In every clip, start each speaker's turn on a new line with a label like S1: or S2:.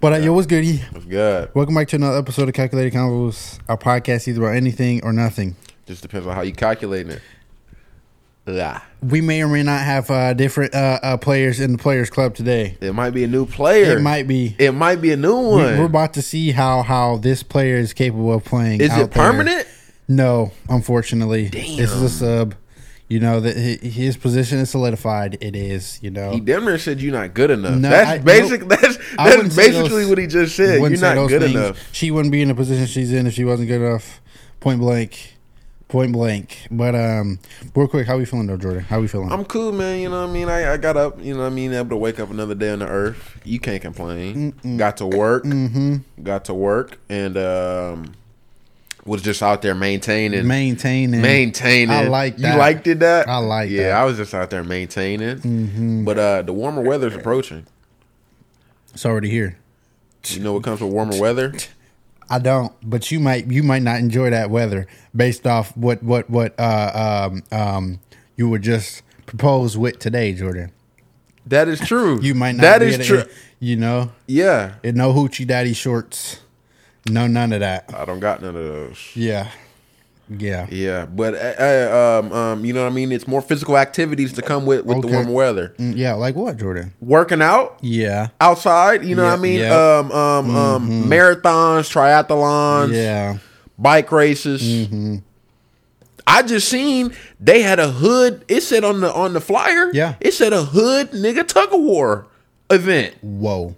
S1: But uh, yo, what's good? E?
S2: What's good?
S1: Welcome back to another episode of Calculated Convos, our podcast either about anything or nothing.
S2: Just depends on how you calculating it. Yeah.
S1: We may or may not have uh, different uh, uh, players in the Players Club today.
S2: It might be a new player.
S1: It might be.
S2: It might be a new
S1: We-
S2: one.
S1: We're about to see how how this player is capable of playing.
S2: Is
S1: out
S2: it
S1: there.
S2: permanent?
S1: No, unfortunately. This is a sub. You know that hi- his position is solidified. It is. You know.
S2: He damn near said you're not good enough.
S1: No, I-
S2: that's basic.
S1: nope.
S2: That's
S1: I wouldn't
S2: that's
S1: say
S2: basically
S1: those-
S2: what he just said. You're
S1: wouldn't say
S2: not
S1: those
S2: good
S1: things.
S2: enough.
S1: She wouldn't be in the position she's in if she wasn't good enough. Point blank. Point blank. But um, real quick, how we feeling though, Jordan? How we feeling?
S2: I'm cool, man. You know what I mean? I, I got up, you know what I mean? Able to wake up another day on the earth. You can't complain. Got to work.
S1: Mm-hmm.
S2: Got to work. And um, was just out there maintaining.
S1: maintaining.
S2: maintaining.
S1: Mm. I like that.
S2: You liked it that?
S1: I like
S2: Yeah,
S1: that. Mm-hmm.
S2: I was just out there maintaining. But uh, the warmer weather's approaching.
S1: It's already here.
S2: You know what comes with warmer weather?
S1: I don't, but you might you might not enjoy that weather based off what what what uh, um um you were just proposed with today, Jordan.
S2: That is true.
S1: You might not.
S2: That
S1: be
S2: is
S1: able to-
S2: true.
S1: You know,
S2: Yeah.
S1: and no hoochie daddy shorts, no none of that.
S2: I don't got none of those.
S1: Yeah, yeah.
S2: Yeah, but uh, uh, um, um, you know what I mean. It's more physical activities to come with with the
S1: Okay.
S2: warmer weather.
S1: Mm, Yeah, like what, Jordan?
S2: Working out,
S1: Yeah,
S2: outside. You know
S1: Yeah,
S2: what I mean?
S1: yeah.
S2: Um, um, um, marathons, triathlons,
S1: Mm-hmm. yeah.
S2: bike races.
S1: Mm-hmm.
S2: I just seen they had a hood. It said on the on the flyer.
S1: Yeah.
S2: it said a hood nigga tug of war event.
S1: Whoa,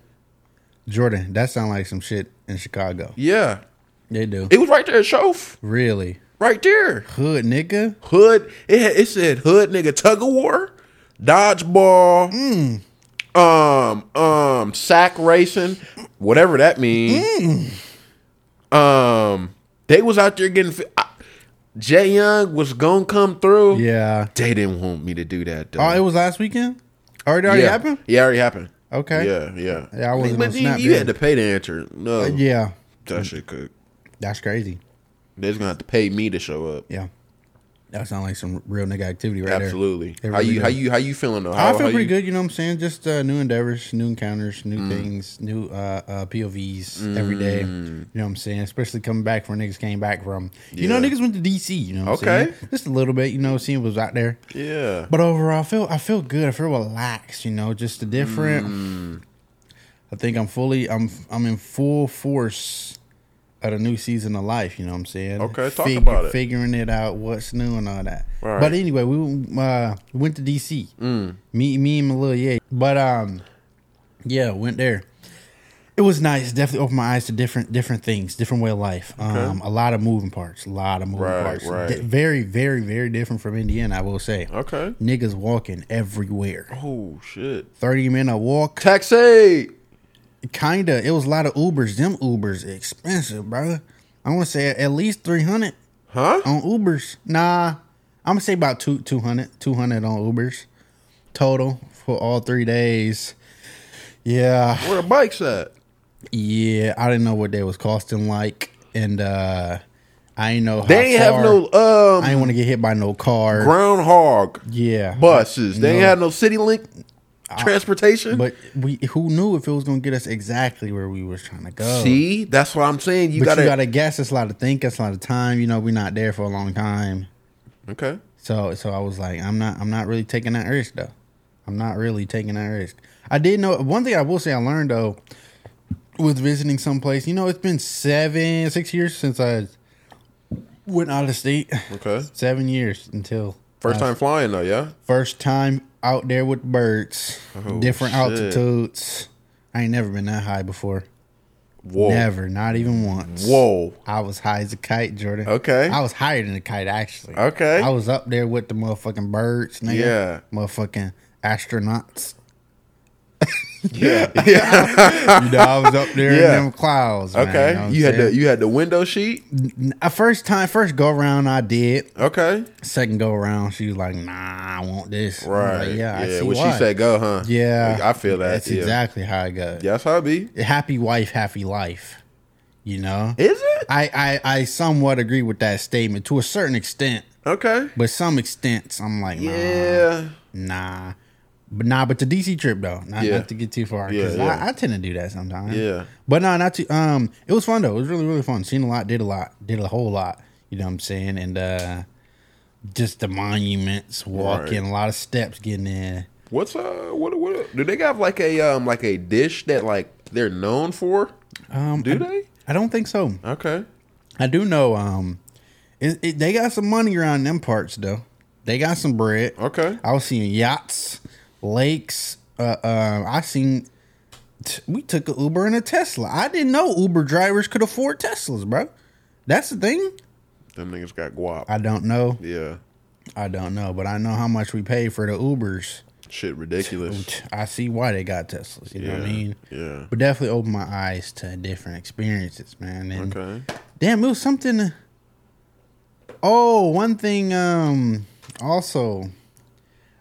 S1: Jordan, that sound like some shit in Chicago.
S2: Yeah,
S1: They do
S2: it was right there, at Shof,
S1: really
S2: right there.
S1: hood nigga.
S2: Hood. It had, it said hood nigga tug of war, dodgeball,
S1: Mm.
S2: um, um, sack racing, whatever that means.
S1: Mm.
S2: Um, they was out there getting. Fi- I, Jay Young was gonna come through.
S1: Yeah.
S2: They didn't want me to do that. Though.
S1: Oh, it was last weekend. Already, already
S2: yeah.
S1: happened.
S2: Yeah, it already happened.
S1: Okay.
S2: Yeah, yeah.
S1: Yeah, I wasn't
S2: But
S1: on
S2: you,
S1: Snap,
S2: you
S1: yeah.
S2: had to pay to answer. No,
S1: Yeah,
S2: that shit cook.
S1: that's crazy.
S2: They're gonna have to pay me to show up.
S1: Yeah, that sounds like some real nigga activity right there.
S2: Absolutely.
S1: They
S2: how
S1: really
S2: you? How
S1: do.
S2: you? How you feeling though? How,
S1: I feel
S2: how
S1: pretty
S2: you- Mm.
S1: good. You know what I'm saying? Just uh, new endeavors, new encounters, new things, new uh, uh, POVs every day. You know what I'm saying? Especially coming back from niggas came back from. You know,
S2: Mm. Yeah.
S1: niggas went to DC. You know, what I'm
S2: Okay.
S1: saying? just a little bit. You know, seeing what was out there.
S2: Yeah.
S1: But overall, I feel I feel good. I feel relaxed. You know, just the different.
S2: Mm.
S1: I think I'm fully. I'm I'm in full force at a new season of life. You know what I'm saying?
S2: Okay, talk about it.
S1: Figuring it out, what's new and all that.
S2: Right. Mm.
S1: But anyway, we uh, went to DC. Me, me and my little yeah. But um, yeah, went there. It was nice. Definitely opened my eyes to different different things, different way of life. Um, a lot of moving parts, a lot of moving
S2: Right,
S1: parts.
S2: right.
S1: Di- very, very, very different from Indiana, I will say.
S2: Okay.
S1: Niggas walking everywhere.
S2: Oh shit.
S1: 30 minute walk.
S2: Taxi.
S1: Kinda. It was a lot of Ubers. Them Ubers expensive, bro. I wanna say at least 300
S2: Huh?
S1: on Ubers. Nah. I'm gonna say about two 200, 200 on Ubers total for all three days. Yeah.
S2: Where the bikes at?
S1: Yeah. I didn't know what they was costing like. And uh I ain't know how
S2: They ain't have
S1: far-
S2: no
S1: I
S2: um
S1: ain't wanna get hit by no car.
S2: groundhog
S1: yeah.
S2: buses. They ain't
S1: No.
S2: have no city link transportation.
S1: But we who knew if it was gonna get us exactly where we was trying to go.
S2: See, that's what I'm saying.
S1: uh,
S2: You
S1: but
S2: gotta,
S1: you gotta guess. It's a lot of think. It's a lot of time. You know, we're not there for a long time.
S2: Okay.
S1: So so I was like, I'm not I'm not really taking that risk though. I'm not really taking that risk. I did know one thing I will say I learned though with visiting someplace. You know, it's been seven six years since I went out of state.
S2: Okay.
S1: Seven years until
S2: First
S1: I-
S2: time flying though, yeah?
S1: First time out there with birds,
S2: Oh,
S1: different
S2: shit.
S1: altitudes. I ain't never been that high before.
S2: Whoa.
S1: Never, not even once.
S2: Whoa.
S1: I was high as a kite, Jordan.
S2: Okay.
S1: I was higher than a kite, actually.
S2: Okay.
S1: I was up there with the motherfucking birds, nigga.
S2: Yeah.
S1: Motherfucking astronauts.
S2: Yeah. yeah.
S1: You know, I was up there
S2: Yeah.
S1: in them clouds. man,
S2: Okay.
S1: know what I'm
S2: you had the
S1: saying?
S2: you had the window sheet?
S1: N- uh, First time, first go around, I did.
S2: Okay.
S1: Second go around, she was like, "Nah, I want this." I was
S2: Right.
S1: like, yeah, I see
S2: when
S1: why.
S2: she said go, huh?
S1: Yeah,
S2: I feel that.
S1: That's
S2: yeah.
S1: exactly how it goes.
S2: That's how it be.
S1: Happy wife, happy life. You know,
S2: Is it?
S1: I, I I somewhat agree with that statement to a certain extent,
S2: Okay.
S1: but some extents I'm like, nah,
S2: Yeah.
S1: nah. But nah, but the DC trip though, not,
S2: Yeah.
S1: not to get too far. 'cause
S2: Yeah, yeah.
S1: I, I tend to do that sometimes.
S2: Yeah.
S1: but no, not too. Um, it was fun though. It was really really fun. Seen a lot, did a lot, did a whole lot. You know what I'm saying? And uh just the monuments, walking, a lot of steps getting in.
S2: What's uh what what do they have like a um like a dish that like they're known for?
S1: Um,
S2: Do
S1: I,
S2: they?
S1: I don't think so.
S2: Okay.
S1: I do know. Um, it, it, they got some money around them parts though. They got some bread.
S2: Okay.
S1: I was seeing yachts, lakes. Uh, um, I seen. T- we took an Uber and a Tesla. I didn't know Uber drivers could afford Teslas, bro. That's the thing.
S2: Them niggas got guap.
S1: I don't know.
S2: yeah.
S1: I don't know, but I know how much we paid for the Ubers.
S2: Shit ridiculous.
S1: I see why they got Teslas. You know what I
S2: Yeah,
S1: mean?
S2: yeah.
S1: But definitely opened my eyes to different experiences, man. And
S2: Okay.
S1: Damn, it was something. Oh, one thing. Um, also,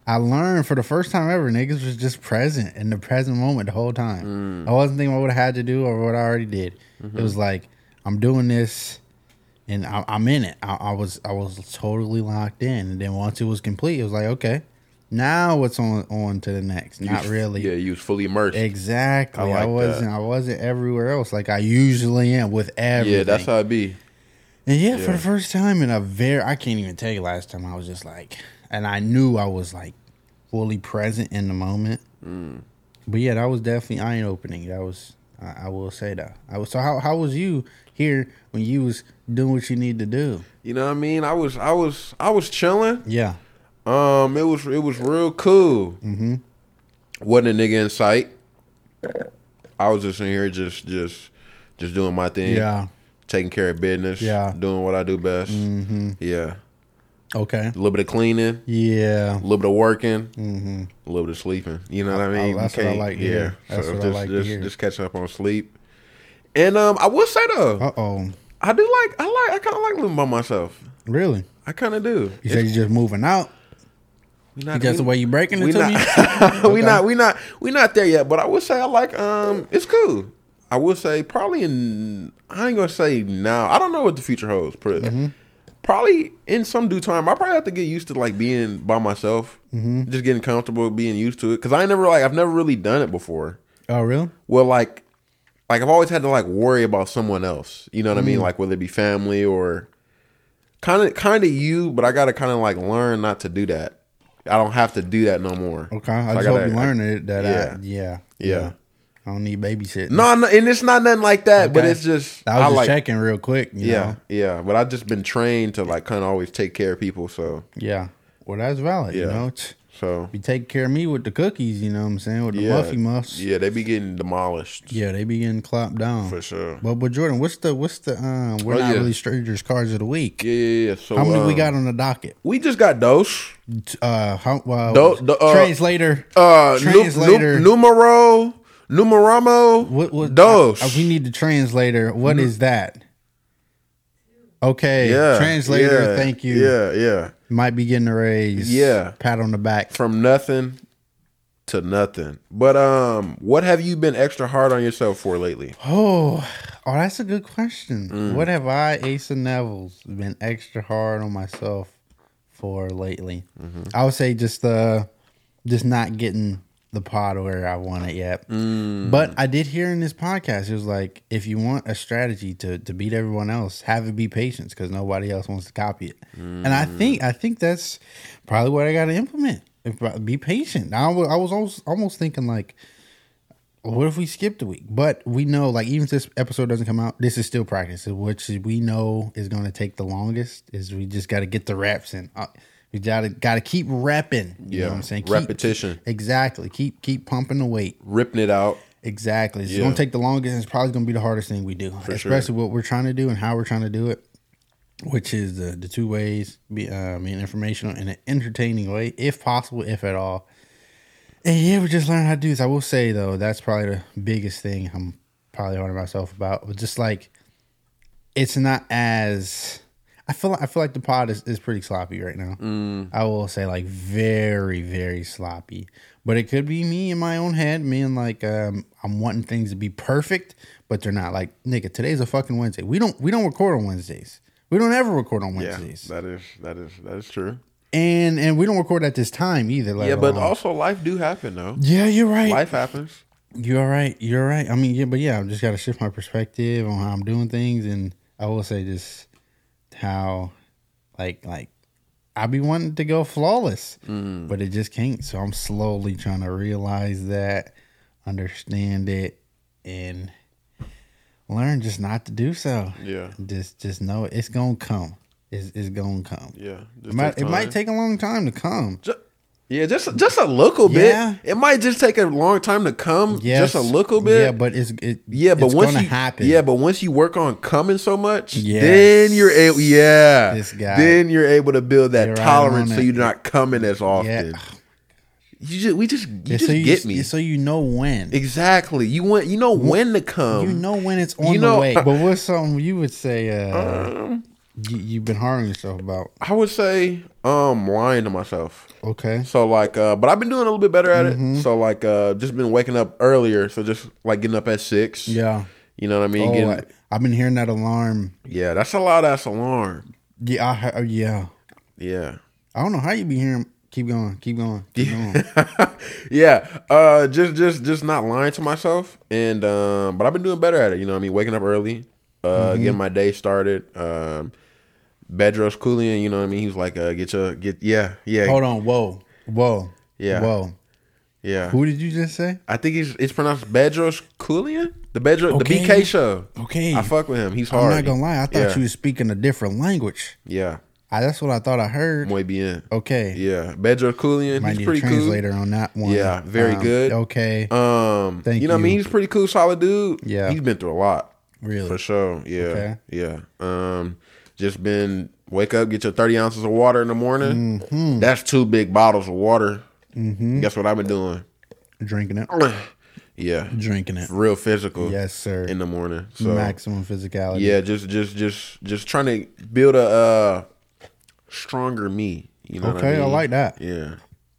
S1: I learned for the first time ever, niggas was just present in the present moment the whole
S2: Mm.
S1: time. I wasn't thinking what I had to do or what I already did.
S2: Mm-hmm.
S1: It was like I'm doing this, and I, I'm in it. I, I was I was totally locked in, and then once it was complete, it was like okay, now what's on on to the next? Not really.
S2: Yeah, you was fully immersed.
S1: Exactly. I,
S2: I like that.
S1: wasn't. I wasn't everywhere else like I usually am with everything.
S2: yeah, that's how it be.
S1: And yeah, for
S2: Yeah.
S1: the first time in a very, I can't even tell you last time I was just like, and I knew I was like fully present in the moment.
S2: Mm.
S1: But yeah, that was definitely eye opening. That was, I, I will say that. I was, so how, how was you here when you was doing what you need to do?
S2: You know what I mean? I was I was I was chilling.
S1: Yeah.
S2: Um, it was it was real cool. Mm-hmm. Wasn't a nigga in sight. I was just in here, just just just doing my thing.
S1: Yeah.
S2: taking care of business.
S1: Yeah.
S2: doing what I do best. Mm-hmm. Yeah,
S1: Okay.
S2: a little bit of cleaning,
S1: Yeah.
S2: a little bit of working, mm-hmm. a little bit of sleeping. You know what I mean?
S1: that's
S2: You
S1: what I
S2: can't-
S1: like to hear. That's
S2: so
S1: what I
S2: just
S1: like to
S2: just
S1: hear.
S2: just catching up on sleep. And um, I will say though,
S1: Uh oh.
S2: I do like I like I kind of like living by myself.
S1: Really?
S2: I kind of do.
S1: You said you're just moving out.
S2: We not-
S1: That's the
S2: we-
S1: way you breaking
S2: we
S1: it to
S2: not,
S1: me.
S2: we
S1: Okay.
S2: not, we not, we not there yet. But I would say I like. Um, it's cool. I would say probably in. I ain't gonna say now. I don't know what the future holds. Put it. Probably in some due time, I probably have to get used to like being by myself, just getting comfortable, being used to it. Because I ain't never like I've never really done it before.
S1: Oh, really?
S2: Well, like, like I've always had to like worry about someone else. You know what I
S1: Mm-hmm.
S2: mean? Like whether it be family or kind of kind of you, but I gotta kind of like learn not to do that. I don't have to do that no more.
S1: Okay.
S2: So
S1: I just
S2: gotta-
S1: hope you
S2: I-
S1: learn it that
S2: yeah.
S1: I, yeah.
S2: Yeah.
S1: I don't need babysitting.
S2: No, no, and it's not nothing like that. But
S1: Okay.
S2: it's just
S1: I was just
S2: like,
S1: checking real quick. You
S2: Yeah,
S1: Know?
S2: yeah. But I've just been trained to like kind of always take care of people. So,
S1: Yeah. Well, that's valid. You
S2: Yeah.
S1: know, Tch,
S2: so
S1: you take care of me with the cookies. You know what I'm saying? With the
S2: yeah,
S1: muffy muffs. Yeah.
S2: yeah. They be getting demolished
S1: they be getting clopped down.
S2: for sure.
S1: But but Jordan, what's the what's the um? We're
S2: Oh,
S1: not
S2: yeah.
S1: really strangers. Cards of the week.
S2: Yeah, yeah, yeah. So
S1: How many we
S2: um,
S1: got on the docket?
S2: We just got dose.
S1: T- Uh, how uh,
S2: Do- do- uh,
S1: translator?
S2: Uh, nu- nu-
S1: translator.
S2: numero, numeramo,
S1: what what?
S2: dos.
S1: uh, we need the translator. What is that? Okay,
S2: Mm-hmm. yeah,
S1: translator.
S2: yeah,
S1: thank you.
S2: Yeah, yeah.
S1: Might be getting a raise.
S2: Yeah.
S1: pat on the back.
S2: From nothing to nothing. But um, what have you been extra hard on yourself for lately?
S1: Oh, oh, that's a good question. What have I, Asa Neville's, been extra hard on myself for lately? I would say just uh, just not getting the pod where I want it yet. But I did hear in this podcast, it was like if you want a strategy to to beat everyone else, have it be patience because nobody else wants to copy it. And I think I think that's probably what I got to implement. If- Be patient. I wa- I was almost almost thinking like what if we skipped a week? But we know, like, even if this episode doesn't come out, this is still practice, which we know is going to take the longest. Is we just got to get the reps in. Uh, we gotta gotta keep repping. You know
S2: Yeah,
S1: what I'm saying? Keep-
S2: repetition.
S1: exactly. Keep keep pumping the weight.
S2: Ripping it out.
S1: Exactly. It's
S2: Yeah.
S1: going to take the longest. And it's probably going to be the hardest thing we do,
S2: sure.
S1: especially what we're trying to do and how we're trying to do it, which is the the two ways: be um, an informational and an entertaining way, if possible, if at all. And yeah, we just learn how to do this. I will say though, that's probably the biggest thing I'm probably hard on myself about. was Just like it's not as I feel I feel like the pod is, is pretty sloppy right now.
S2: Mm.
S1: I will say like very very sloppy. But it could be me in my own head, me and like um, I'm wanting things to be perfect, but they're not. Like nigga, today's a fucking Wednesday. We don't we don't record on Wednesdays. We don't ever record on
S2: Yeah,
S1: Wednesdays.
S2: that is that is that is true.
S1: and and we don't record at this time either. Let
S2: Yeah, but
S1: alone-
S2: also life do happen though.
S1: yeah, you're right.
S2: Life happens.
S1: You're right. You're right. I mean, yeah, but yeah, I've just got to shift my perspective on how I'm doing things, and I will say just how, like, like I be wanting to go flawless,
S2: Mm.
S1: but it just can't. So I'm slowly trying to realize that, understand it, and learn just not to do so.
S2: Yeah.
S1: Just, just know it. it's gonna come. It's, it's gonna come.
S2: Yeah.
S1: It might, it might take a long time to come.
S2: Ju- Yeah, just just a little bit.
S1: Yeah.
S2: It might just take a long time to come.
S1: Yes.
S2: Just a little bit.
S1: Yeah, but it's it.
S2: Yeah, but
S1: it's
S2: once
S1: gonna
S2: you
S1: happen.
S2: yeah, but once you work on coming so much,
S1: Yes.
S2: then you're able yeah,
S1: This guy.
S2: then you're able to build that
S1: You're right
S2: tolerance
S1: on
S2: so
S1: it.
S2: you're not coming as
S1: yeah.
S2: often. You just we just you
S1: Yeah,
S2: just
S1: so you
S2: get me
S1: So you know when.
S2: exactly. You want you know when to come.
S1: you know when it's on
S2: you know- uh, Um,
S1: the way. But what's something you would say uh, you, you've been harming yourself about?
S2: I would say um lying to myself.
S1: Okay.
S2: So like, uh, but I've been doing a little bit better at
S1: Mm-hmm.
S2: it. So like, uh, just been waking up earlier. So just like getting up at six.
S1: Yeah.
S2: You know what I mean?
S1: Oh,
S2: Getting-
S1: I, I've been hearing that alarm.
S2: yeah, that's a loud ass alarm.
S1: Yeah. I, he- oh, yeah.
S2: Yeah.
S1: I don't know how you be hearing. Keep going. Keep going. Keep going.
S2: yeah. Uh just just just not lying to myself. And um but I've been doing better at it, you know what I mean? Waking up early, uh
S1: Mm-hmm.
S2: getting my day started. Um Bedros Koulian, you know what I mean? He was like, uh get your get yeah, yeah,
S1: Hold on. Whoa. Whoa.
S2: Yeah.
S1: Whoa.
S2: yeah.
S1: Who did you just say?
S2: I think he's it's pronounced Bedros Koulian? The Bedros
S1: Okay.
S2: the BK show.
S1: Okay.
S2: I fuck with him. He's
S1: I'm
S2: hard.
S1: not gonna lie. I thought
S2: Yeah.
S1: you was speaking a different language.
S2: Yeah.
S1: I, that's what I thought I heard.
S2: Muy bien.
S1: Okay.
S2: Yeah. Bedros Koulian,
S1: Might
S2: he's
S1: need a
S2: pretty cool.
S1: translator on that one.
S2: Yeah, very good.
S1: Okay.
S2: Um,
S1: Thank
S2: you know what I
S1: you.
S2: mean? He's a pretty cool, solid dude.
S1: Yeah.
S2: he's been through a lot
S1: really.
S2: for sure. Yeah,
S1: Okay.
S2: yeah. Um, just been wake up, get your thirty ounces of water in the morning.
S1: Mm-hmm.
S2: That's two big bottles of water. Guess what I've been doing?
S1: Drinking it.
S2: yeah,
S1: Drinking it.
S2: real physical.
S1: Yes, sir.
S2: in the morning. So
S1: Maximum physicality.
S2: yeah, just just just just trying to build a uh, stronger me. You know? what
S1: Okay, I
S2: mean?
S1: like that.
S2: Yeah,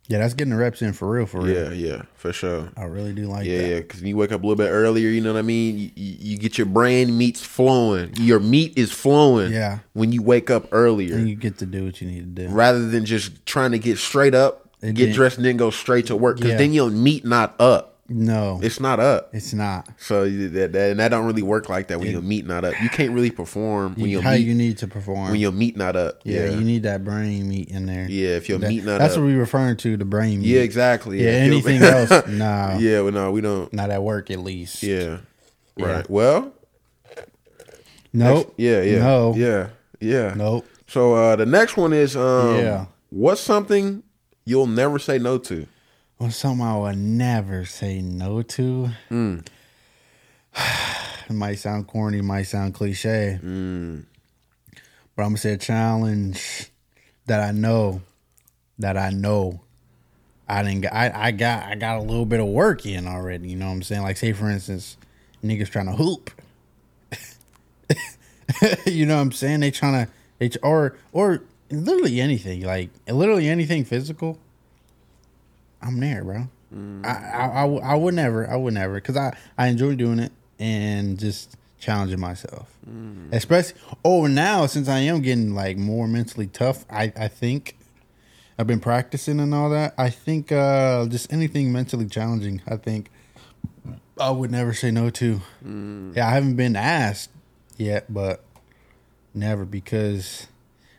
S1: Yeah, that's getting the reps in for real, for real.
S2: yeah, yeah, for sure.
S1: I really do like
S2: Yeah,
S1: that.
S2: yeah, because you wake up a little bit earlier. You know what I mean. You, you you get your brain meats flowing. Your meat is flowing.
S1: Yeah.
S2: When you wake up earlier,
S1: And you get to do what you need to do.
S2: rather than just trying to get straight up,
S1: And
S2: get
S1: then-
S2: dressed, and then go straight to work. Because
S1: Yeah.
S2: then your meat not up.
S1: No, it's,
S2: It's not up.
S1: not.
S2: So you- that, that and that don't really work like that when your meat not up. You can't really perform when your
S1: How
S2: meat
S1: you need to perform.
S2: when your meat not up.
S1: yeah,
S2: Yeah.
S1: you need that brain meat in there.
S2: Yeah, if your
S1: That-
S2: meat not
S1: That's
S2: up.
S1: what we're referring to, the brain meat.
S2: yeah, exactly.
S1: Yeah,
S2: If your-
S1: anything else? Nah.
S2: Yeah, well, no, we don't.
S1: Not at work, at least.
S2: Yeah.
S1: Yeah.
S2: Right. Well,
S1: Nope.
S2: yeah, yeah.
S1: No.
S2: Yeah. Yeah.
S1: Nope.
S2: So uh the next one is um
S1: Yeah.
S2: what's something you'll never say no to?
S1: What's something I would never say no to? it might sound corny, it might sound cliche, but I'm gonna say a challenge that I know, that I know, I didn't. Get, I I got I got a little bit of work in already. You know what I'm saying? Like say for instance, niggas trying to hoop. you know what I'm saying? They trying to they tr- or or literally anything like literally anything physical. I'm there, bro. I, I, I w- I would never, I would never, because I, I enjoy doing it and just challenging myself. Especially, oh, now since I am getting like more mentally tough, I, I think I've been practicing and all that. I think uh, just anything mentally challenging, I think I would never say no to. Yeah, I haven't been asked yet, but never because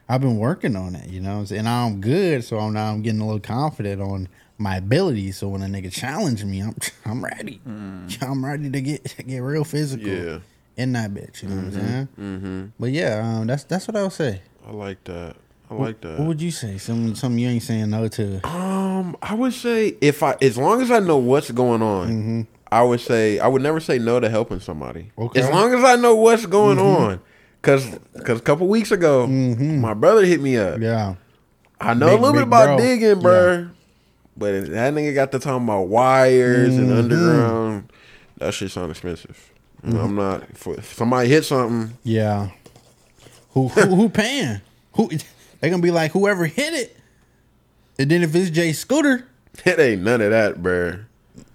S1: I've been working on it, you know, what I'm saying? and I'm good, so I'm now I'm getting a little confident on my ability. So when a nigga challenge me, I'm I'm ready. I'm ready to get get real physical
S2: Yeah.
S1: in that bitch. You know what I'm saying? Mm-hmm. But yeah, um, that's that's what I would say.
S2: I like that. I like that.
S1: What would you say? Some something you ain't saying no to?
S2: Um, I would say if I, as long as I know what's going on, I would say I would never say no to helping somebody.
S1: Mm-hmm. Okay. Mm-hmm.
S2: As long as I know what's going on, because because a couple weeks ago, my brother hit me up.
S1: Yeah,
S2: I know
S1: Big-
S2: a little bit
S1: big
S2: about
S1: bro.
S2: digging, bruh, but that nigga got to talking about wires and
S1: Mm-hmm.
S2: underground. That shit sound expensive. And I'm not. If somebody hit something,
S1: yeah. Who who, who paying? Who they gonna be like? Whoever hit it, and then if it's Jay Scooter,
S2: it ain't none of that, bruh.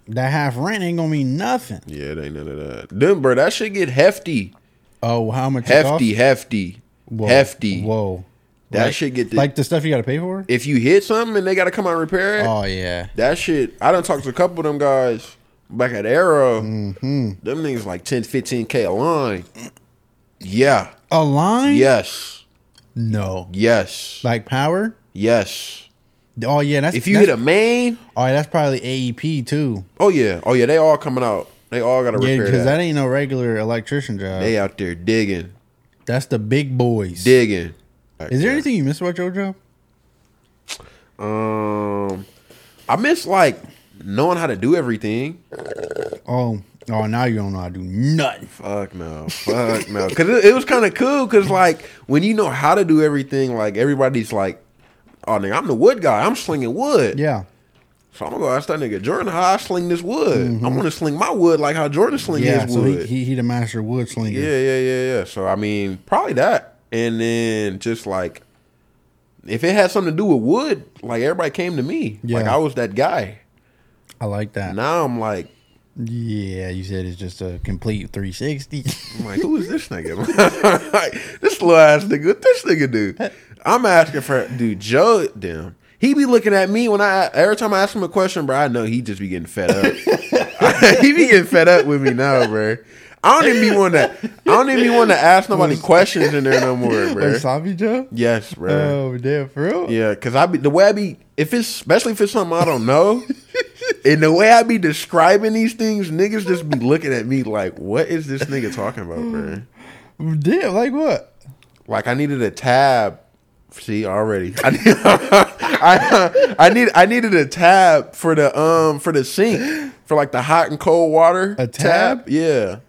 S1: that half rent ain't gonna mean nothing.
S2: Yeah, it ain't none of that. Then, bruh, that shit get hefty.
S1: Oh, how much? it cost?
S2: hefty, hefty,
S1: Whoa.
S2: hefty.
S1: Whoa.
S2: That
S1: Like-
S2: shit get the,
S1: like the stuff you got to pay for.
S2: if you hit something and they got to come out and repair it.
S1: Oh yeah,
S2: That shit, I done talked to a couple of them guys back at Arrow.
S1: Mm-hmm.
S2: Them niggas like 10, 15K a line. Yeah.
S1: a line.
S2: Yes.
S1: no,
S2: Yes.
S1: like power.
S2: Yes.
S1: Oh yeah, that's
S2: If you hit
S1: that's,
S2: a main,
S1: Oh, yeah, that's probably AEP too.
S2: oh yeah. Oh yeah, they all coming out. They all got to
S1: Yeah,
S2: repair
S1: because
S2: that.
S1: that ain't no regular electrician job.
S2: They out there digging,
S1: That's the big boys.
S2: digging.
S1: Is there anything you miss about your job?
S2: Um, I miss like knowing how to do everything.
S1: Oh, oh, now you don't know how to do nothing.
S2: Fuck no, fuck no. Cause it, it was kind of cool. Cause like when you know how to do everything, like everybody's like, "Oh nigga, I'm the wood guy. I'm slinging wood."
S1: Yeah,
S2: So I'm gonna go ask that nigga Jordan how I sling this wood. I'm gonna sling my wood like how Jordan sling
S1: Mm-hmm. yeah.
S2: his
S1: So
S2: wood.
S1: he, he he the master wood slinger.
S2: yeah, yeah, yeah, yeah. So I mean, probably that. And then just like, if it had something to do with wood, like everybody came to me. Like
S1: Yeah.
S2: I was that guy.
S1: I like that.
S2: Now I'm like,
S1: Yeah, you said it's just a complete 360.
S2: I'm like, who is this nigga? like, this little ass nigga, what this nigga do? I'm asking for dude, Joe damn. He be looking at me when I every time I ask him a question, bro. I know he just be getting fed up. he be getting fed up with me now, bro. I don't even be want to. I don't even want to ask nobody questions in there no more, bro.
S1: Like Sloppy Joe?
S2: Yes, bro.
S1: Oh, damn, for real?
S2: Yeah, cause I be the way I be if it's especially if it's something I don't know, and the way I be describing these things, niggas just be looking at me like, what is this nigga talking about, man?
S1: Damn, like what?
S2: Like I needed a tab. See already, I, need, I I need I needed a tab for the um for the sink for like the hot and cold water.
S1: A tab?
S2: Yeah.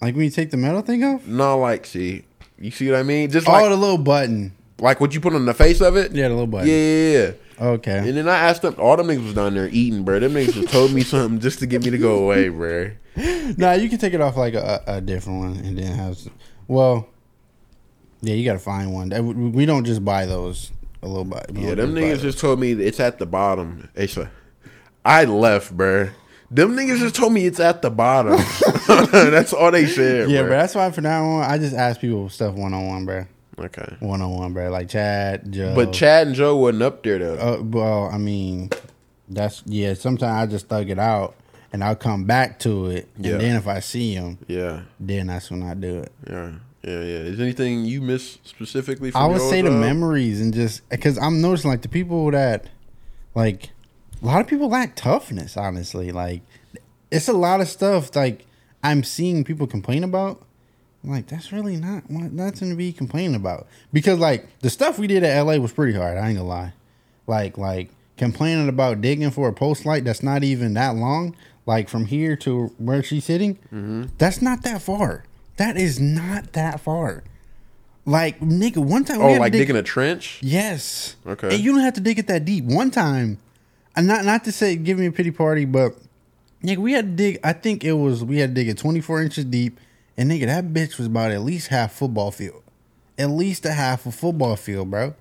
S1: Like when you take the metal thing off?
S2: No, like see, you see what I mean? Just
S1: oh,
S2: like
S1: the little button.
S2: like what you put on the face of it.
S1: Yeah, the little button.
S2: Yeah, yeah, yeah.
S1: Okay.
S2: And then I asked them, all them niggas was down there eating, bro. Them niggas just told me something just to get me to go away, bro.
S1: nah, you can take it off like a, a a different one and then have. s- Well, yeah, you got to find one. That- we- We don't just buy those a little bit.
S2: Yeah, them niggas just told me it's at the bottom. It's like, I left, bro. Them niggas just told me it's at the bottom. That's all they said,
S1: Yeah,
S2: yeah,
S1: but that's why for now on, I just ask people stuff one on one, bro.
S2: Okay.
S1: One on one, bro. Like Chad, Joe.
S2: But Chad and Joe wasn't up there, though.
S1: Uh, well, I mean, that's yeah. Sometimes I just thug it out, and I'll come back to it.
S2: Yeah.
S1: And then if I see him,
S2: yeah,
S1: then that's when I do it.
S2: yeah, yeah, yeah. Is anything you miss specifically from
S1: I would say the
S2: memory.
S1: memories and just because I'm noticing like the people that like a lot of people lack toughness. Honestly, like it's a lot of stuff like I'm seeing people complain about. I'm like that's really not what- nothing to be complaining about because like the stuff we did at LA was pretty hard. I ain't gonna lie. Like like complaining about digging for a post light that's not even that long. Like from here to where she's sitting,
S2: Mm-hmm.
S1: that's not that far. That is not that far. Like nigga, one time we
S2: Oh,
S1: had to
S2: like
S1: dig-
S2: digging a trench?
S1: Yes.
S2: Okay.
S1: And you don't have to dig it that deep. One time, and not not to say give me a pity party, but nigga, we had to dig. I think it was we had to dig it twenty four inches deep, and nigga, that bitch was about at least half football field, at least a half a football field, bro.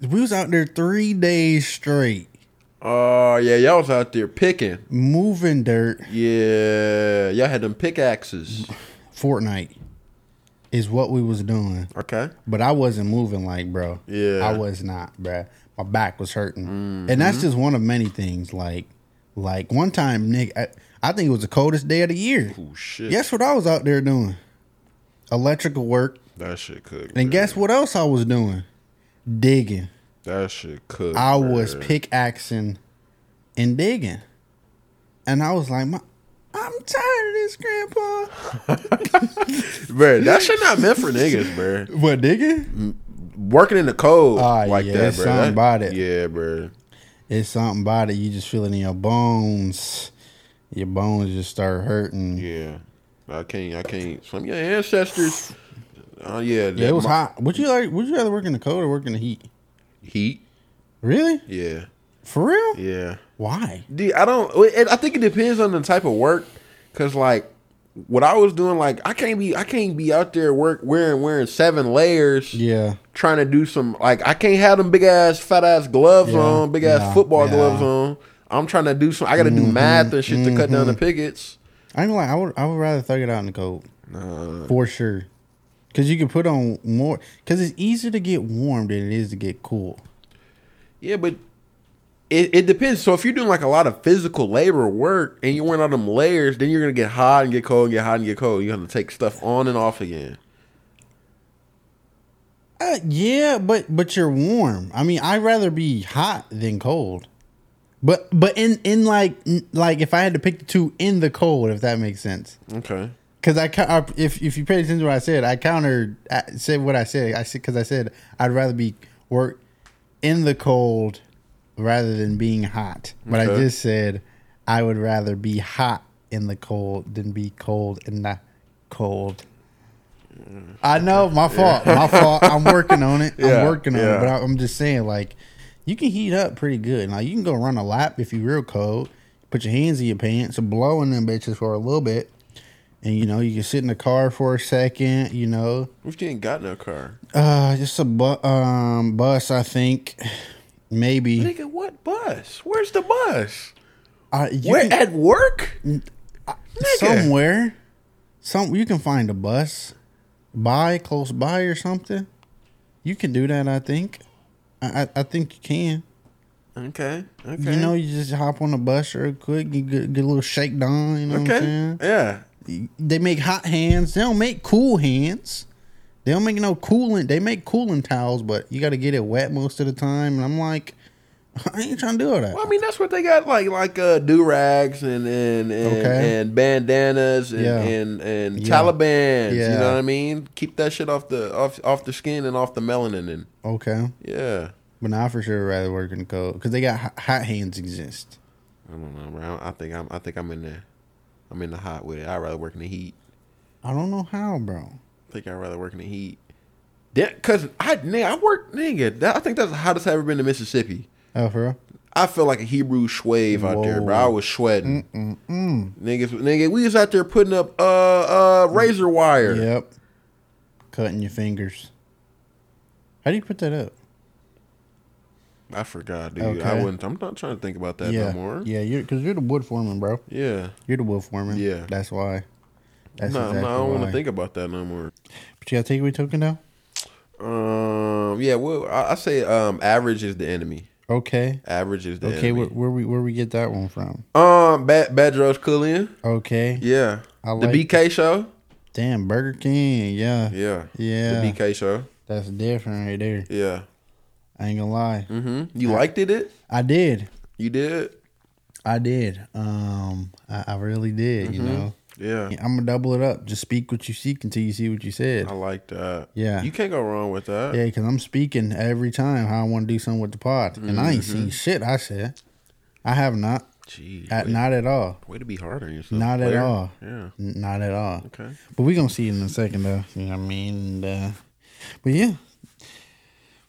S1: We was out there three days straight
S2: Oh, yeah, y'all was out there picking.
S1: moving dirt.
S2: Yeah, y'all had them pickaxes.
S1: Fortnite is what we was doing.
S2: Okay.
S1: But I wasn't moving like, bro.
S2: Yeah.
S1: I was not, bro. My back was hurting. And that's just one of many things. Like, like one time, Nick, I, I think it was the coldest day of the year.
S2: Oh shit.
S1: Guess what I was out there doing? Electrical work.
S2: That shit cooked.
S1: And
S2: bro.
S1: guess what else I was doing? Digging.
S2: that shit cooked.
S1: I was
S2: bro.
S1: pickaxing and digging. And I was like, my, I'm tired of this, Grandpa.
S2: Bro, that shit not meant for niggas, bro.
S1: What, digging?
S2: Working in the cold
S1: Ah,
S2: like
S1: yeah,
S2: that,
S1: it's
S2: bro.
S1: something
S2: That-
S1: about it.
S2: Yeah, bro.
S1: It's something about it. You just feel it in your bones. Your bones just start hurting.
S2: Yeah. I can't. I can't. Some of your ancestors. Oh yeah.
S1: Yeah,
S2: that
S1: it was
S2: mo-
S1: hot. Would you like? Would you rather work in the cold or work in the heat?
S2: Heat.
S1: Really?
S2: Yeah.
S1: For real?
S2: Yeah.
S1: Why?
S2: Dude, I don't. It, I think it depends on the type of work, cause like what I was doing, like I can't be, I can't be out there work wearing wearing seven layers,
S1: Yeah.
S2: trying to do some like I can't have them big ass fat ass gloves
S1: Yeah,
S2: on, big
S1: yeah,
S2: ass football
S1: yeah. Mm-hmm.
S2: gloves on. I'm trying to do some. I got to do math and shit to cut down the pickets.
S1: I ain't gonna lie. I would. I would rather thug it out in the cold
S2: Nah,
S1: for sure. Because you can put on more. Because it's easier to get warm than it is to get cool.
S2: Yeah, but it, it depends. So if you're doing like a lot of physical labor work and you're wearing all them layers, then you're gonna get hot and get cold and get hot and get cold. You have to take stuff on and off again.
S1: Uh, yeah, but but you're warm. I mean, I'd rather be hot than cold. But but in in like n- like if I had to pick the two in the cold, if that makes sense.
S2: Okay.
S1: Because I, cou- I if if you paid attention to what I said, I countered I said what I said. I said because I said I'd rather be work in the cold rather than being hot. But I
S2: Okay.
S1: just said I would rather be hot in the cold than be cold in the cold. I know my fault. My fault. I'm working on it.
S2: Yeah,
S1: I'm working on
S2: yeah.
S1: it. But I, I'm just saying, like, you can heat up pretty good. Like, you can go run a lap if you real cold. Put your hands in your pants, blow in them bitches for a little bit, and you know you can sit in the car for a second. You know,
S2: What if you ain't got no car?
S1: uh, just a bu- um bus, I think, maybe.
S2: Nigga, what bus? Where's the bus?
S1: Uh, you
S2: Where
S1: can-
S2: at work? Nigga.
S1: somewhere, some you can find a bus by close by or something. You can do that, I think. I I, I think you can.
S2: Okay. Okay.
S1: You know, you just hop on a bus real quick, you get, get a little shake down. You know what I'm
S2: Okay.
S1: saying?
S2: Yeah.
S1: They make hot hands. They don't make cool hands. They don't make no coolant. They make cooling towels, but you got to get it wet most of the time. And I'm like, I ain't trying to do all that.
S2: Well, I mean, that's what they got like like uh, do rags and and and,
S1: Okay.
S2: and bandanas and
S1: Yeah.
S2: and, and
S1: Yeah.
S2: Taliban. You
S1: Yeah.
S2: know what I mean? Keep that shit off the off off the skin and off the melanin. And
S1: okay,
S2: yeah,
S1: but I for sure rather work in cold because they got hot, hot hands exist.
S2: I don't know, bro. I think I'm I think I'm in there. I'm in the hot with it. I'd rather work in the heat.
S1: I don't know how, bro.
S2: I think I'd rather work in the heat. That, Cause I nigga, I work nigga. That, I think that's the hottest I've ever been to Mississippi.
S1: Oh, for real?
S2: I feel like a Hebrew shwave out there,
S1: Whoa.
S2: bro. I was sweating.
S1: Mm.
S2: Niggas, nigga, we was out there putting up uh uh razor wire.
S1: Yep. Cutting your fingers. How do you put that up?
S2: I forgot, dude. I
S1: Okay.
S2: wouldn't. I'm not trying to think about that
S1: yeah.
S2: no more.
S1: Yeah, you're because you're the wood foreman, bro.
S2: Yeah.
S1: You're the wood foreman.
S2: Yeah.
S1: That's why. That's
S2: no,
S1: exactly
S2: no, I don't want
S1: why.
S2: to think about that no more.
S1: But you got takeaway token now?
S2: Um. Yeah. Well, I, I say um, average is the enemy.
S1: Okay.
S2: Average is the
S1: Okay, where,
S2: enemy.
S1: where we where we get that one from?
S2: um. Bad Badros Coolian.
S1: Okay.
S2: Yeah.
S1: I
S2: the
S1: like
S2: BK show.
S1: Damn, Burger King. Yeah.
S2: Yeah.
S1: Yeah.
S2: The BK show.
S1: That's different right there.
S2: Yeah.
S1: I ain't gonna lie.
S2: Mm-hmm. You liked it? It.
S1: I did.
S2: You did.
S1: I did. Um I, I really did, you
S2: Mm-hmm.
S1: know.
S2: Yeah.
S1: I'm gonna double it up. Just speak what you seek until you see what you said.
S2: I like that.
S1: Yeah.
S2: You can't go wrong with that.
S1: Yeah, because I'm speaking every time how I want to do something with the pod, and I
S2: Mm-hmm.
S1: ain't seen shit. I said, I have not,
S2: Gee.
S1: at,
S2: way,
S1: not at all,
S2: way to be hard on yourself.
S1: Not at
S2: player.
S1: all.
S2: Yeah.
S1: N- not at all.
S2: Okay.
S1: But we gonna see it in a second, though. You know what I mean? And, uh, but yeah,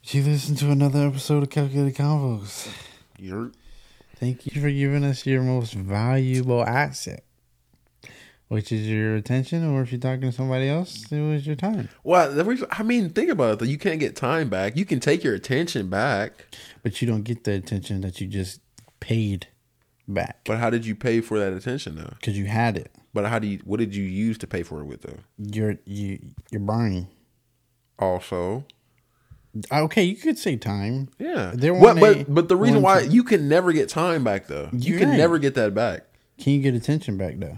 S1: you listened to another episode of Calculated Convos.
S2: You're.
S1: Thank you for giving us your most valuable asset, which is your attention, or if you're talking to somebody else, it was your time.
S2: Well, the reason, I mean, think about it though. You can't get time back. You can take your attention back,
S1: But you don't get the attention that you just paid back
S2: but how did you pay for that attention though?
S1: because you had it.
S2: But how do you? What did you use to pay for it with though?
S1: your you your brain.
S2: Also,
S1: Okay, you could say time.
S2: yeah.
S1: There
S2: What,
S1: wasn't
S2: but
S1: a-
S2: but the reason
S1: one
S2: why
S1: time-
S2: you can never get time back though. You
S1: You're
S2: can
S1: right.
S2: never get that back.
S1: Can you get attention back though?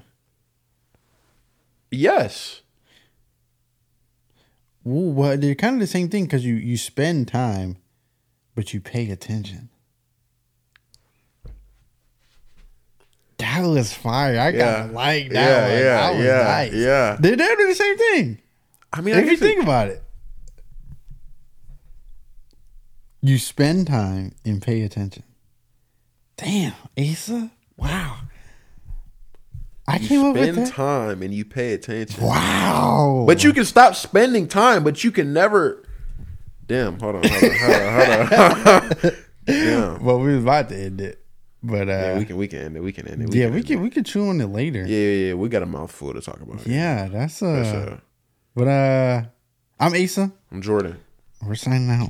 S2: Yes.
S1: Ooh, well, they're kind of the same thing because you you spend time, but you pay attention. That was fire. I
S2: Yeah.
S1: gotta like
S2: Yeah,
S1: that
S2: yeah,
S1: one. That was
S2: yeah,
S1: nice.
S2: yeah.
S1: They're they're the same thing.
S2: I mean, I
S1: if you
S2: guess it-
S1: think about it. You spend time and pay attention. Damn, Asa. Wow. I came up with
S2: spend
S1: that.
S2: time and you pay attention.
S1: wow.
S2: But you can stop spending time, but you can never. Damn, hold on, hold on, hold on, hold on. Damn.
S1: well, we was about to end it. But uh
S2: Yeah, we can, we can end it. We can end it.
S1: yeah,
S2: can
S1: we
S2: end it.
S1: could we could chew on it later. Yeah,
S2: Yeah, yeah, yeah. We got a mouthful to talk about.
S1: that's uh
S2: So,
S1: but uh I'm Asa.
S2: I'm Jordan.
S1: We're signing out.